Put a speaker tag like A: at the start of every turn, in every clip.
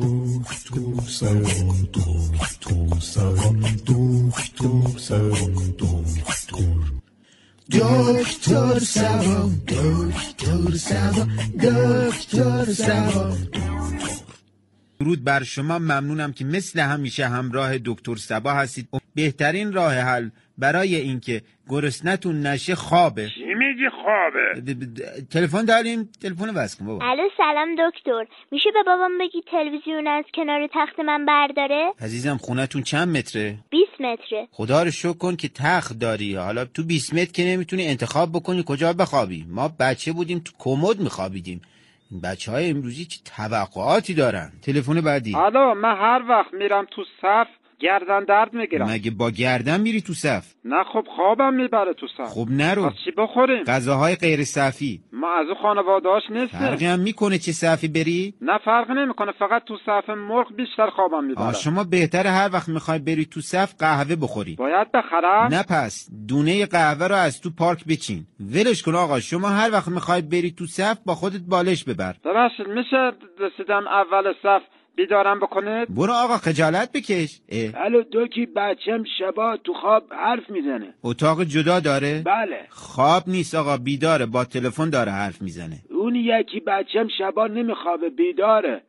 A: Doktor Saron, Doktor Saron, Doktor Saron, Doktor. Doktor Saron, Doktor Saron, Doktor Saron.
B: درود بر شما ممنونم که مثل همیشه همراه دکتر سبا هستید بهترین راه حل برای اینکه گرسنتون نشه خوابه
C: چی میگی خوابه
B: د- د- تلفن داریم تلفن وصل کن بابا
D: الو سلام دکتر میشه به بابام بگی تلویزیون از کنار تخت من برداره
B: عزیزم خونتون چند متره
D: 20 متره
B: خدا رو شکر کن که تخت داری حالا تو 20 متر که نمیتونی انتخاب بکنی کجا بخوابی ما بچه بودیم تو کمد میخوابیدیم این بچه های امروزی چه توقعاتی دارن تلفن بعدی
C: حالا من هر وقت میرم تو صف گردن درد میگیرم
B: مگه با گردن میری تو صف
C: نه خب خوابم میبره تو صف
B: خب نرو
C: پس چی بخوریم
B: غذاهای غیر صفی
C: ما از اون خانوادهاش
B: فرقی
C: نیستیم
B: هم میکنه چه صفی بری
C: نه فرق نمیکنه فقط تو صف مرغ بیشتر خوابم
B: آه
C: میبره
B: شما بهتره هر وقت میخوای بری تو صف قهوه بخوری
C: باید بخرم
B: نه پس دونه قهوه رو از تو پارک بچین ولش کن آقا شما هر وقت میخوای بری تو صف با خودت بالش ببر
C: ببخشید میشه رسیدم اول صف بیدارم بکنید
B: برو آقا خجالت بکش اه،
C: الو دوکی بچم شبا تو خواب حرف میزنه
B: اتاق جدا داره
C: بله
B: خواب نیست آقا بیداره با تلفن داره حرف میزنه
C: اون یکی بچم شبا نمیخوابه بیداره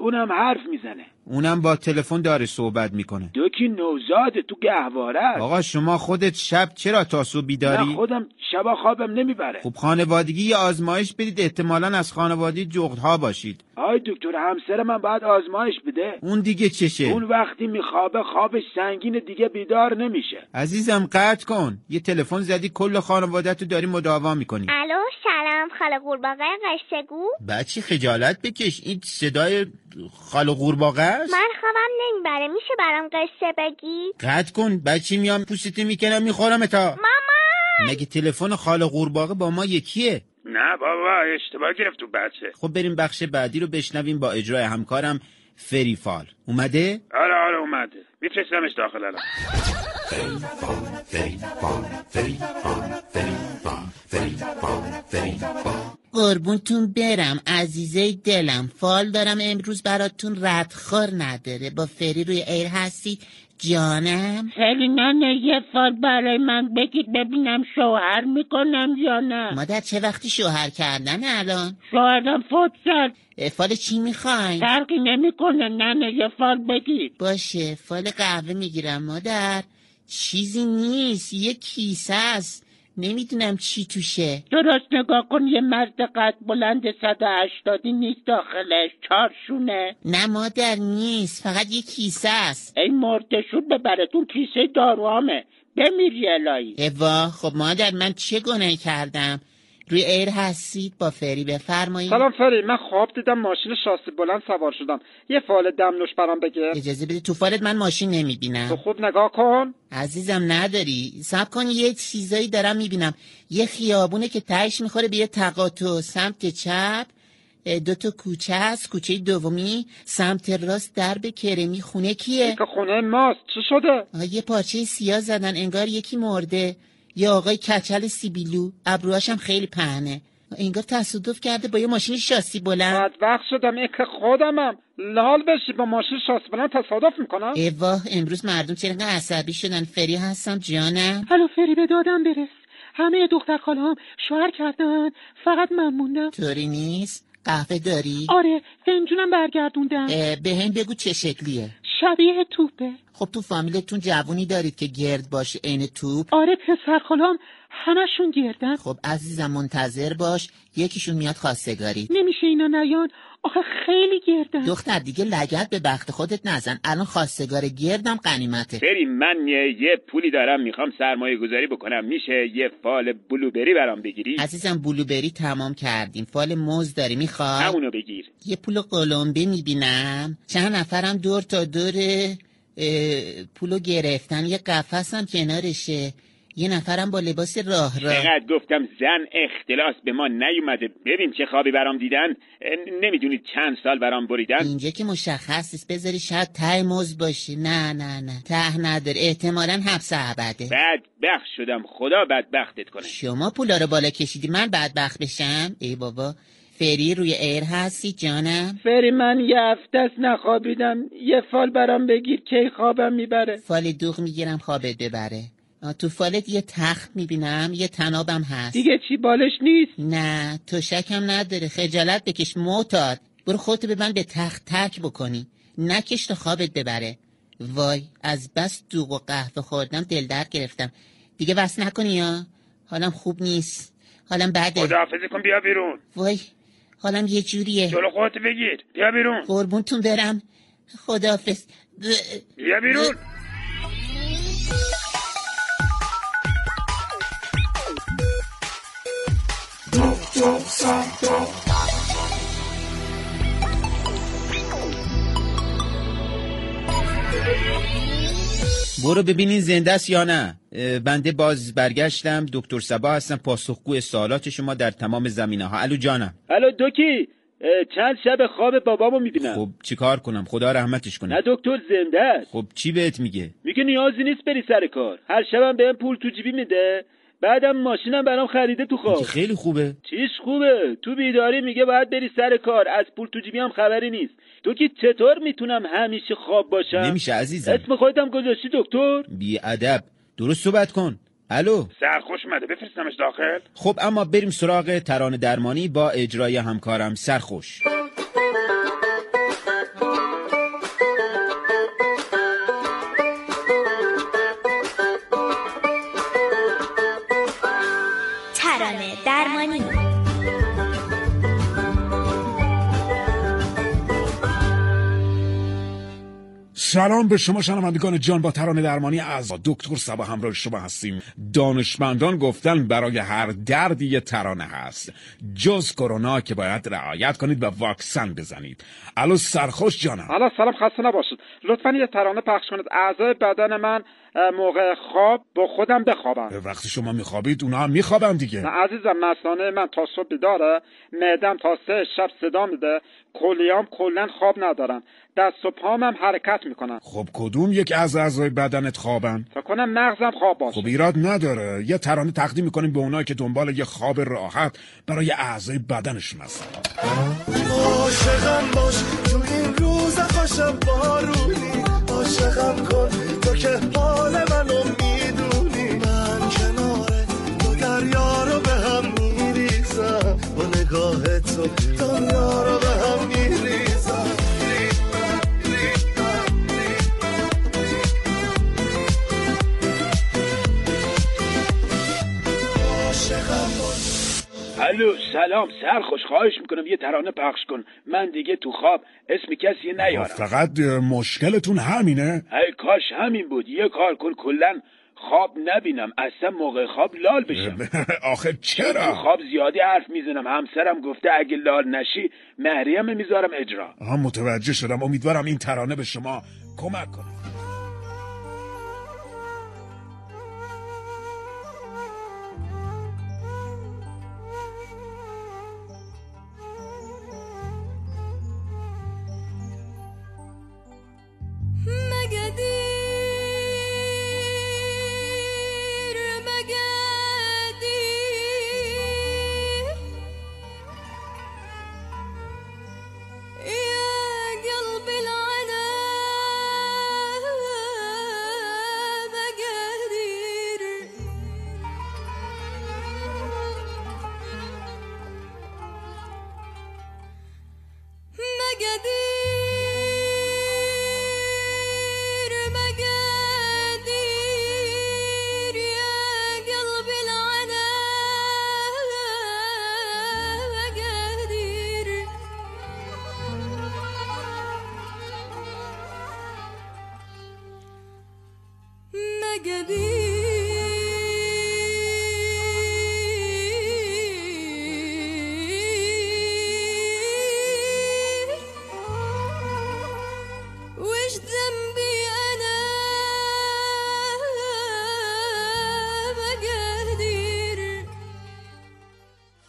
C: اونم حرف میزنه
B: اونم با تلفن داره صحبت میکنه
C: دوکی نوزاده تو گهواره
B: آقا شما خودت شب چرا تا صبح
C: من
B: بیداری
C: خودم شبا خوابم نمیبره
B: خب خانوادگی یه آزمایش بدید احتمالا از خانوادگی جغد ها باشید
C: آی دکتر همسر من باید آزمایش بده
B: اون دیگه چشه
C: اون وقتی میخوابه خوابش سنگین دیگه بیدار نمیشه
B: عزیزم قطع کن یه تلفن زدی کل خانوادت رو داری مداوا میکنی
D: الو سلام خاله قورباغه قشتگو
B: بچه خجالت بکش این صدای خال و قورباغه است
D: من خوابم نمیبره میشه برام قصه بگی
B: قطع کن بچه میام پوستتو میکنم میخورم تا
D: مامان
B: مگه تلفن خال قورباغه با ما یکیه
C: نه بابا اشتباه گرفت تو بچه
B: خب بریم بخش بعدی رو بشنویم با اجرای همکارم فریفال اومده
C: آره آره اومده میفرستمش داخل الان
E: قربونتون برم عزیزه دلم فال دارم امروز براتون ردخور نداره با فری روی ایر هستی جانم
F: خیلی ننه یه فال برای من بگید ببینم شوهر میکنم یا نه
E: مادر چه وقتی شوهر کردن الان
F: شوهرم فوت کرد
E: اه، فال چی میخواین
F: فرقی نمیکنه ننه یه فال بگید
E: باشه فال قهوه میگیرم مادر چیزی نیست یه کیسه است نمیدونم چی توشه
F: درست نگاه کن یه مرد قد بلند 180 نیست داخلش چارشونه
E: نه مادر نیست فقط یه کیسه است
F: ای مردشون ببره تو کیسه داروامه بمیری الهی
E: اوا خب مادر من چه گناهی کردم روی ایر هستید با فری بفرمایید
C: سلام فری من خواب دیدم ماشین شاسی بلند سوار شدم یه فال دمنوش برام بگیر
E: اجازه بده تو فالت من ماشین
C: تو
E: نمیبینم
C: خوب نگاه کن
E: عزیزم نداری سب کن یه چیزایی دارم میبینم یه خیابونه که تهش میخوره به یه تقاطع سمت چپ اه، دو تا کوچه است کوچه دومی سمت راست درب کرمی خونه
C: این
E: کیه
C: که خونه ماست چی شده
E: آه، یه پارچه سیاه زدن انگار یکی مرده یه آقای کچل سیبیلو ابروهاشم خیلی پهنه انگار تصادف کرده با یه ماشین شاسی بلند
C: بدبخت شدم این که خودمم لال بشی با ماشین شاسی بلند تصادف میکنم
E: اواه امروز مردم چرا اینقدر عصبی شدن فری هستم جانم
F: الو فری به دادم برس همه دختر خالهام شوهر کردن فقط من موندم
E: طوری نیست قهوه داری
F: آره فنجونم برگردوندم
E: اه، به هم بگو چه شکلیه
F: شبیه توپه
E: خب تو فامیلتون جوونی دارید که گرد باشه عین توپ
F: آره پسر خالام همشون گردن
E: خب عزیزم منتظر باش یکیشون میاد خواستگاری
F: نمیشه اینا نیان آخه خیلی گردن
E: دختر دیگه لگت به بخت خودت نزن الان خواستگار گردم قنیمته
C: بری من یه پولی دارم میخوام سرمایه گذاری بکنم میشه یه فال بلوبری برام بگیری
E: عزیزم بلوبری تمام کردیم فال موز داری میخوای
C: همونو بگیر
E: یه پول قلمبه میبینم چند نفرم دور تا دور اه، پولو گرفتن یه قفسم کنارشه یه نفرم با لباس راه راه
C: چقدر گفتم زن اختلاس به ما نیومده ببین چه خوابی برام دیدن نمیدونید چند سال برام بریدن
E: اینجا که مشخص نیست بذاری شاید ته موز باشی نه نه نه ته نداره احتمالا حبس ابده
C: بدبخت شدم خدا بدبختت کنه
E: شما پولا رو بالا کشیدی من بدبخت بشم ای بابا فری روی ایر هستی جانم
F: فری من یه هفته است نخوابیدم یه فال برام بگیر کی خوابم میبره
E: فال دوغ میگیرم خوابت ببره آه، تو فالت یه تخت میبینم یه تنابم هست
F: دیگه چی بالش نیست
E: نه تو شکم نداره خجالت بکش معتاد برو خودتو به من به تخت ترک بکنی نکش تا خوابت ببره وای از بس دوغ و قهوه خوردم دل درد گرفتم دیگه بس نکنی یا حالم خوب نیست حالم بده
C: خداحافظی کن بیا بیرون
E: وای حالم یه جوریه
C: جلو خودت بگیر بیا بیرون
E: قربونتون برم خدافز
C: بیا بیرون
B: برو ببینین زنده است یا نه اه، بنده باز برگشتم دکتر سبا هستم پاسخگوی سوالات شما در تمام زمینه ها الو جانم
C: الو دوکی اه، چند شب خواب بابامو میبینم
B: خب چیکار کنم خدا رحمتش کنه
C: نه دکتر زنده است
B: خب چی بهت میگه
C: میگه نیازی نیست بری سر کار هر شبم بهم پول تو جیبی میده بعدم ماشینم برام خریده تو خواب
B: که خیلی خوبه
C: چیش خوبه تو بیداری میگه باید بری سر کار از پول تو جیبی هم خبری نیست تو که چطور میتونم همیشه خواب باشم
B: نمیشه عزیزم
C: اسم خودت هم گذاشتی دکتر
B: بی ادب درست صحبت کن الو
C: سرخوش مده بفرستمش داخل
B: خب اما بریم سراغ ترانه درمانی با اجرای همکارم سرخوش
D: ترانه درمانی
A: سلام به شما شنوندگان جان با ترانه درمانی از دکتر سبا همراه شما هستیم دانشمندان گفتن برای هر دردی یه ترانه هست جز کرونا که باید رعایت کنید و واکسن بزنید الو سرخوش جانم
F: حالا سلام خسته نباشید لطفا یه ترانه پخش کنید اعضای بدن من اه، موقع خواب با خودم بخوابم
A: وقتی شما میخوابید اونا هم میخوابن دیگه
F: نه عزیزم مثانه من تا صبح بیداره معدم تا سه شب صدا میده کلیام کلا خواب ندارم دست و پام هم حرکت میکنم
A: خب کدوم یک از اعضای بدنت خوابن
F: فکر کنم مغزم خواب باشه
A: خب ایراد نداره یه ترانه تقدیم میکنیم به اونایی که دنبال یه خواب راحت برای اعضای بدنشون هستن
G: عاشقم باش تو این روز خوشم بارونی عاشقم کن تو که حال منو میدونی من کنار تو دریا رو به هم میریزم با نگاه تو دنیا رو به هم میریزم عاشقم باش
A: خب.
C: الو سلام سرخوش خواهش میکنم یه ترانه پخش کن من دیگه تو خواب اسم کسی نیارم
A: خب، فقط اه، مشکلتون همینه
C: ای کاش همین بود یه کار کن کلا خواب نبینم اصلا موقع خواب لال بشم
A: آخه
C: تو
A: چرا
C: خواب زیادی حرف میزنم همسرم گفته اگه لال نشی مریم میذارم اجرا
A: هم متوجه شدم امیدوارم این ترانه به شما کمک کنه
H: مقادير مقادير يا قلب العنا مقادير مقادير مقادير يا قلب العنا مقادير مقادير وش ذنبي أنا مقادير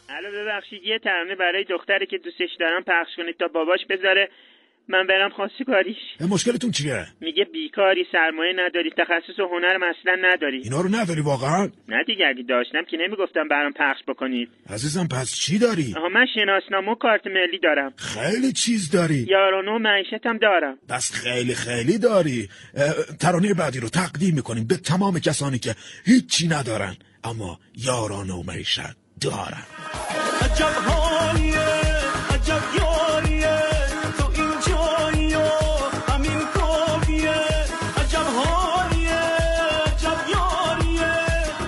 F: الو ببخشید یه ترانه برای دختری که دوستش دارم پخش کنید تا باباش بذاره
E: من برم خواستگاریش
A: مشکلتون چیه
E: میگه بیکاری سرمایه نداری تخصص و هنرم اصلا نداری
A: اینا رو نداری واقعا
E: نه دیگه اگه داشتم که نمیگفتم برام پخش بکنید
A: عزیزم پس چی داری
E: آها من شناسنامه و کارت ملی دارم
A: خیلی چیز داری
E: یارانه و معیشتم دارم
A: پس خیلی خیلی داری اه، ترانه بعدی رو تقدیم میکنیم به تمام کسانی که هیچی ندارن اما یاران و معیشت دارن
G: عجب حالیه عجب یاریه تو این جایی و همین کافیه عجب حالیه عجب یاریه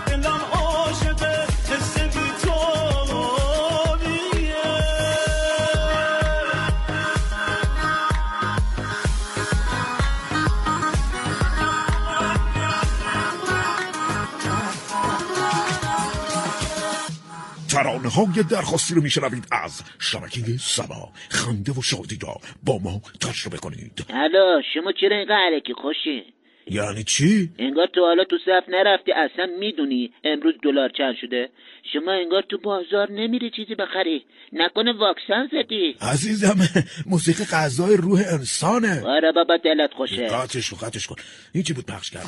G: دلم عاشقه حس بی تو حالیه.
A: ترانه های درخواستی رو میشنوید از شبکه سبا خنده و شادی را با ما تجربه کنید
E: الو شما چرا اینقدر علکی خوشی
A: یعنی چی؟
E: انگار تو حالا تو صف نرفتی اصلا میدونی امروز دلار چند شده شما انگار تو بازار نمیری چیزی بخری نکنه واکسن زدی
A: عزیزم موسیقی غذای روح انسانه
E: آره بابا دلت خوشه
A: قطعش کن قطعش کن این چی بود پخش کرد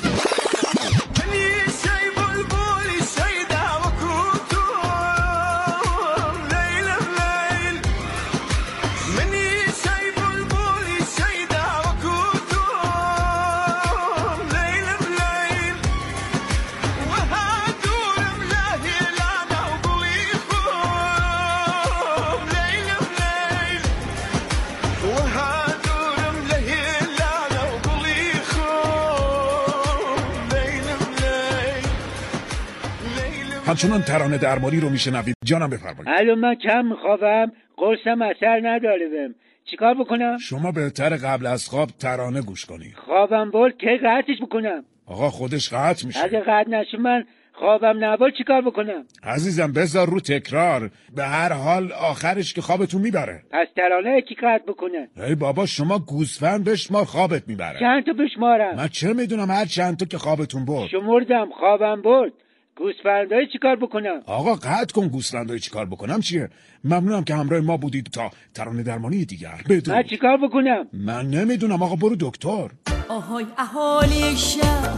A: همچنان ترانه درمانی رو میشنوید جانم بفرمایید
E: الو من کم میخوابم قرصم اثر نداره بهم چیکار بکنم
A: شما بهتر قبل از خواب ترانه گوش کنید
E: خوابم برد که قطعش بکنم
A: آقا خودش قطع
E: اگه
C: بله.
A: میشه
E: قطع نشه من خوابم نبرد چیکار بکنم
A: عزیزم بذار رو تکرار به هر حال آخرش که خوابتون میبره
E: پس ترانه کی قطع بکنه
A: ای بابا شما گوسفند بشمار خوابت میبره
E: چند تا بشمارم
A: من چه میدونم هر چند تا که خوابتون برد
E: شمردم خوابم برد گوسفندای چیکار بکنم
A: آقا قطع کن گوسفندای چیکار بکنم چیه ممنونم که همراه ما بودید تا ترانه درمانی دیگر
E: من
A: بدون
C: بله.
E: چیکار بکنم
A: من نمیدونم آقا برو دکتر
I: آهای اهالی شهر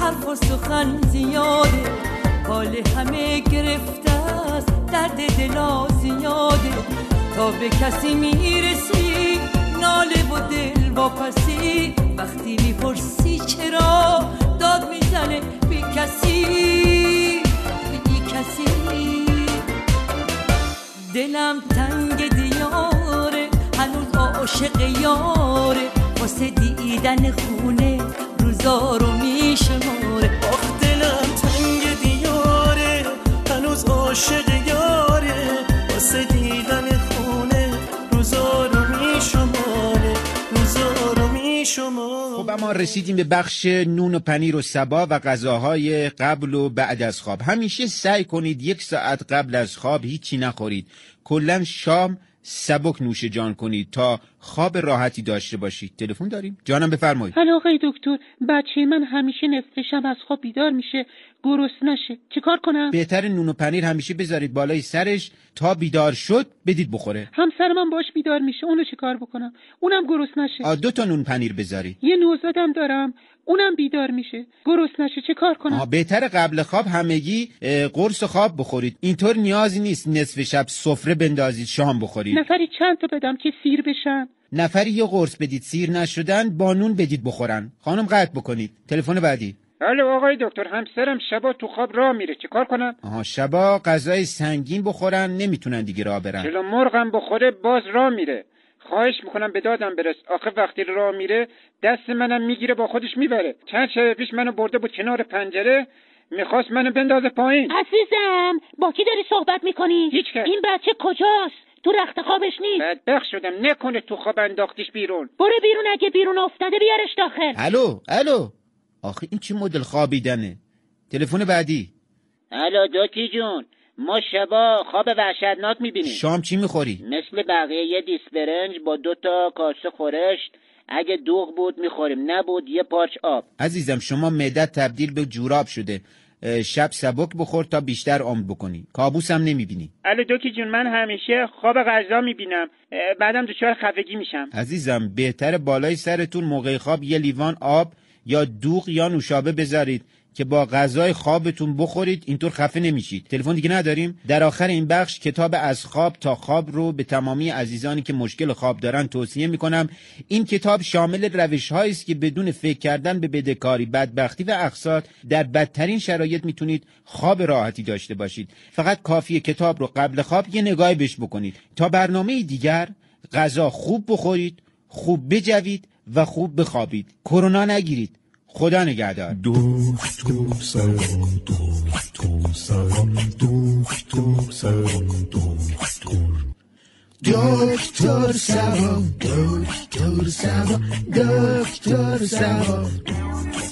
I: حرف و سخن زیاده حال همه گرفته است درد دلا زیاده تا به کسی میرسی ناله و دل واپسی وقتی میپرسی چرا داد میزنه بی کسی بی کسی دلم تنگ دیاره هنوز عاشق یاره واسه دیدن خونه روزا رو میشماره
G: آخ دلم تنگ دیاره هنوز عاشق یاره واسه دیدن خونه روزا رو میشماره روزا رو میشماره
B: خب اما رسیدیم به بخش نون و پنیر و سبا و غذاهای قبل و بعد از خواب همیشه سعی کنید یک ساعت قبل از خواب هیچی نخورید کلا شام سبک نوش جان کنید تا خواب راحتی داشته باشید تلفن داریم جانم بفرمایید
J: حالا آقای دکتر بچه من همیشه نصف شب از خواب بیدار میشه گرسنشه چیکار کنم
B: بهتر نون و پنیر همیشه بذارید بالای سرش تا بیدار شد بدید بخوره
J: همسر من باش بیدار میشه اونو چیکار بکنم اونم گرسنشه
B: آ، دو تا نون پنیر بذارید
J: یه نوزادم دارم اونم بیدار میشه گرسنشه چیکار کنم
B: آه بهتر قبل خواب همگی اه، قرص و خواب بخورید اینطور نیازی نیست نصف شب سفره بندازید شام بخورید
J: نفری چند تا بدم که سیر بشم
B: نفری یه قرص بدید سیر نشدن با نون بدید بخورن خانم قطع بکنید تلفن بعدی
F: الو بله آقای دکتر همسرم شبا تو خواب راه میره چیکار کنم
B: آها شبا غذای سنگین بخورن نمیتونن دیگه راه برن
F: جلو مرغم بخوره باز راه میره خواهش میکنم به دادم برس آخه وقتی راه میره دست منم میگیره با خودش میبره چند شب پیش منو برده بود کنار پنجره میخواست منو بندازه پایین
J: عزیزم با کی داری صحبت میکنی
F: هیچ کس. این
J: بچه کجاست تو رخت خوابش نیست
F: بدبخ شدم نکنه تو خواب انداختیش بیرون
J: برو بیرون اگه بیرون افتاده بیارش داخل
B: الو الو آخه این چه مدل خوابیدنه تلفن بعدی
E: الو دوتی جون ما شبا خواب وحشتناک میبینیم
B: شام چی میخوری
E: مثل بقیه یه دیس برنج با دو تا کاسه خورشت اگه دوغ بود میخوریم نبود یه پارچ آب
B: عزیزم شما معدت تبدیل به جوراب شده اه، شب سبک بخور تا بیشتر عمر بکنی کابوسم نمیبینی
K: علی دوکی جون من همیشه خواب غذا میبینم بعدم دچار خفگی میشم
B: عزیزم بهتر بالای سرتون موقع خواب یه لیوان آب یا دوغ یا نوشابه بذارید که با غذای خوابتون بخورید اینطور خفه نمیشید تلفن دیگه نداریم در آخر این بخش کتاب از خواب تا خواب رو به تمامی عزیزانی که مشکل خواب دارن توصیه میکنم این کتاب شامل روش است که بدون فکر کردن به بدهکاری بدبختی و اقساط در بدترین شرایط میتونید خواب راحتی داشته باشید فقط کافی کتاب رو قبل خواب یه نگاهی بهش بکنید تا برنامه دیگر غذا خوب بخورید خوب بجوید و خوب بخوابید کرونا نگیرید خدا نگهدار
L: دکتر سبا دکتر سبا دکتر سبا